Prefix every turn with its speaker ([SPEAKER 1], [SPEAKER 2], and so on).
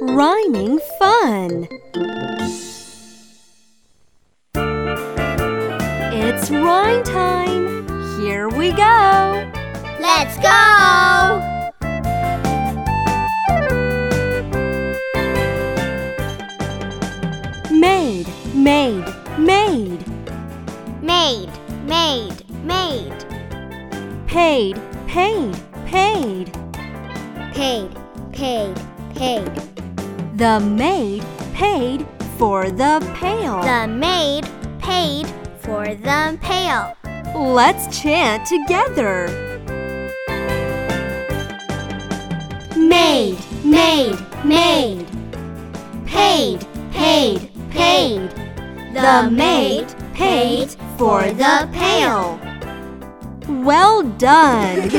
[SPEAKER 1] Rhyming fun! It's rhyme time! Here we go!
[SPEAKER 2] Let's go!
[SPEAKER 1] Made, made, made.
[SPEAKER 2] Made, made, made.
[SPEAKER 1] Paid, paid, paid.
[SPEAKER 2] Paid, paid, paid.
[SPEAKER 1] The maid paid for the pail.
[SPEAKER 2] The maid paid for the pail.
[SPEAKER 1] Let's chant together.
[SPEAKER 2] Made, made, made. Paid, paid, paid. The maid paid for the pail.
[SPEAKER 1] Well done.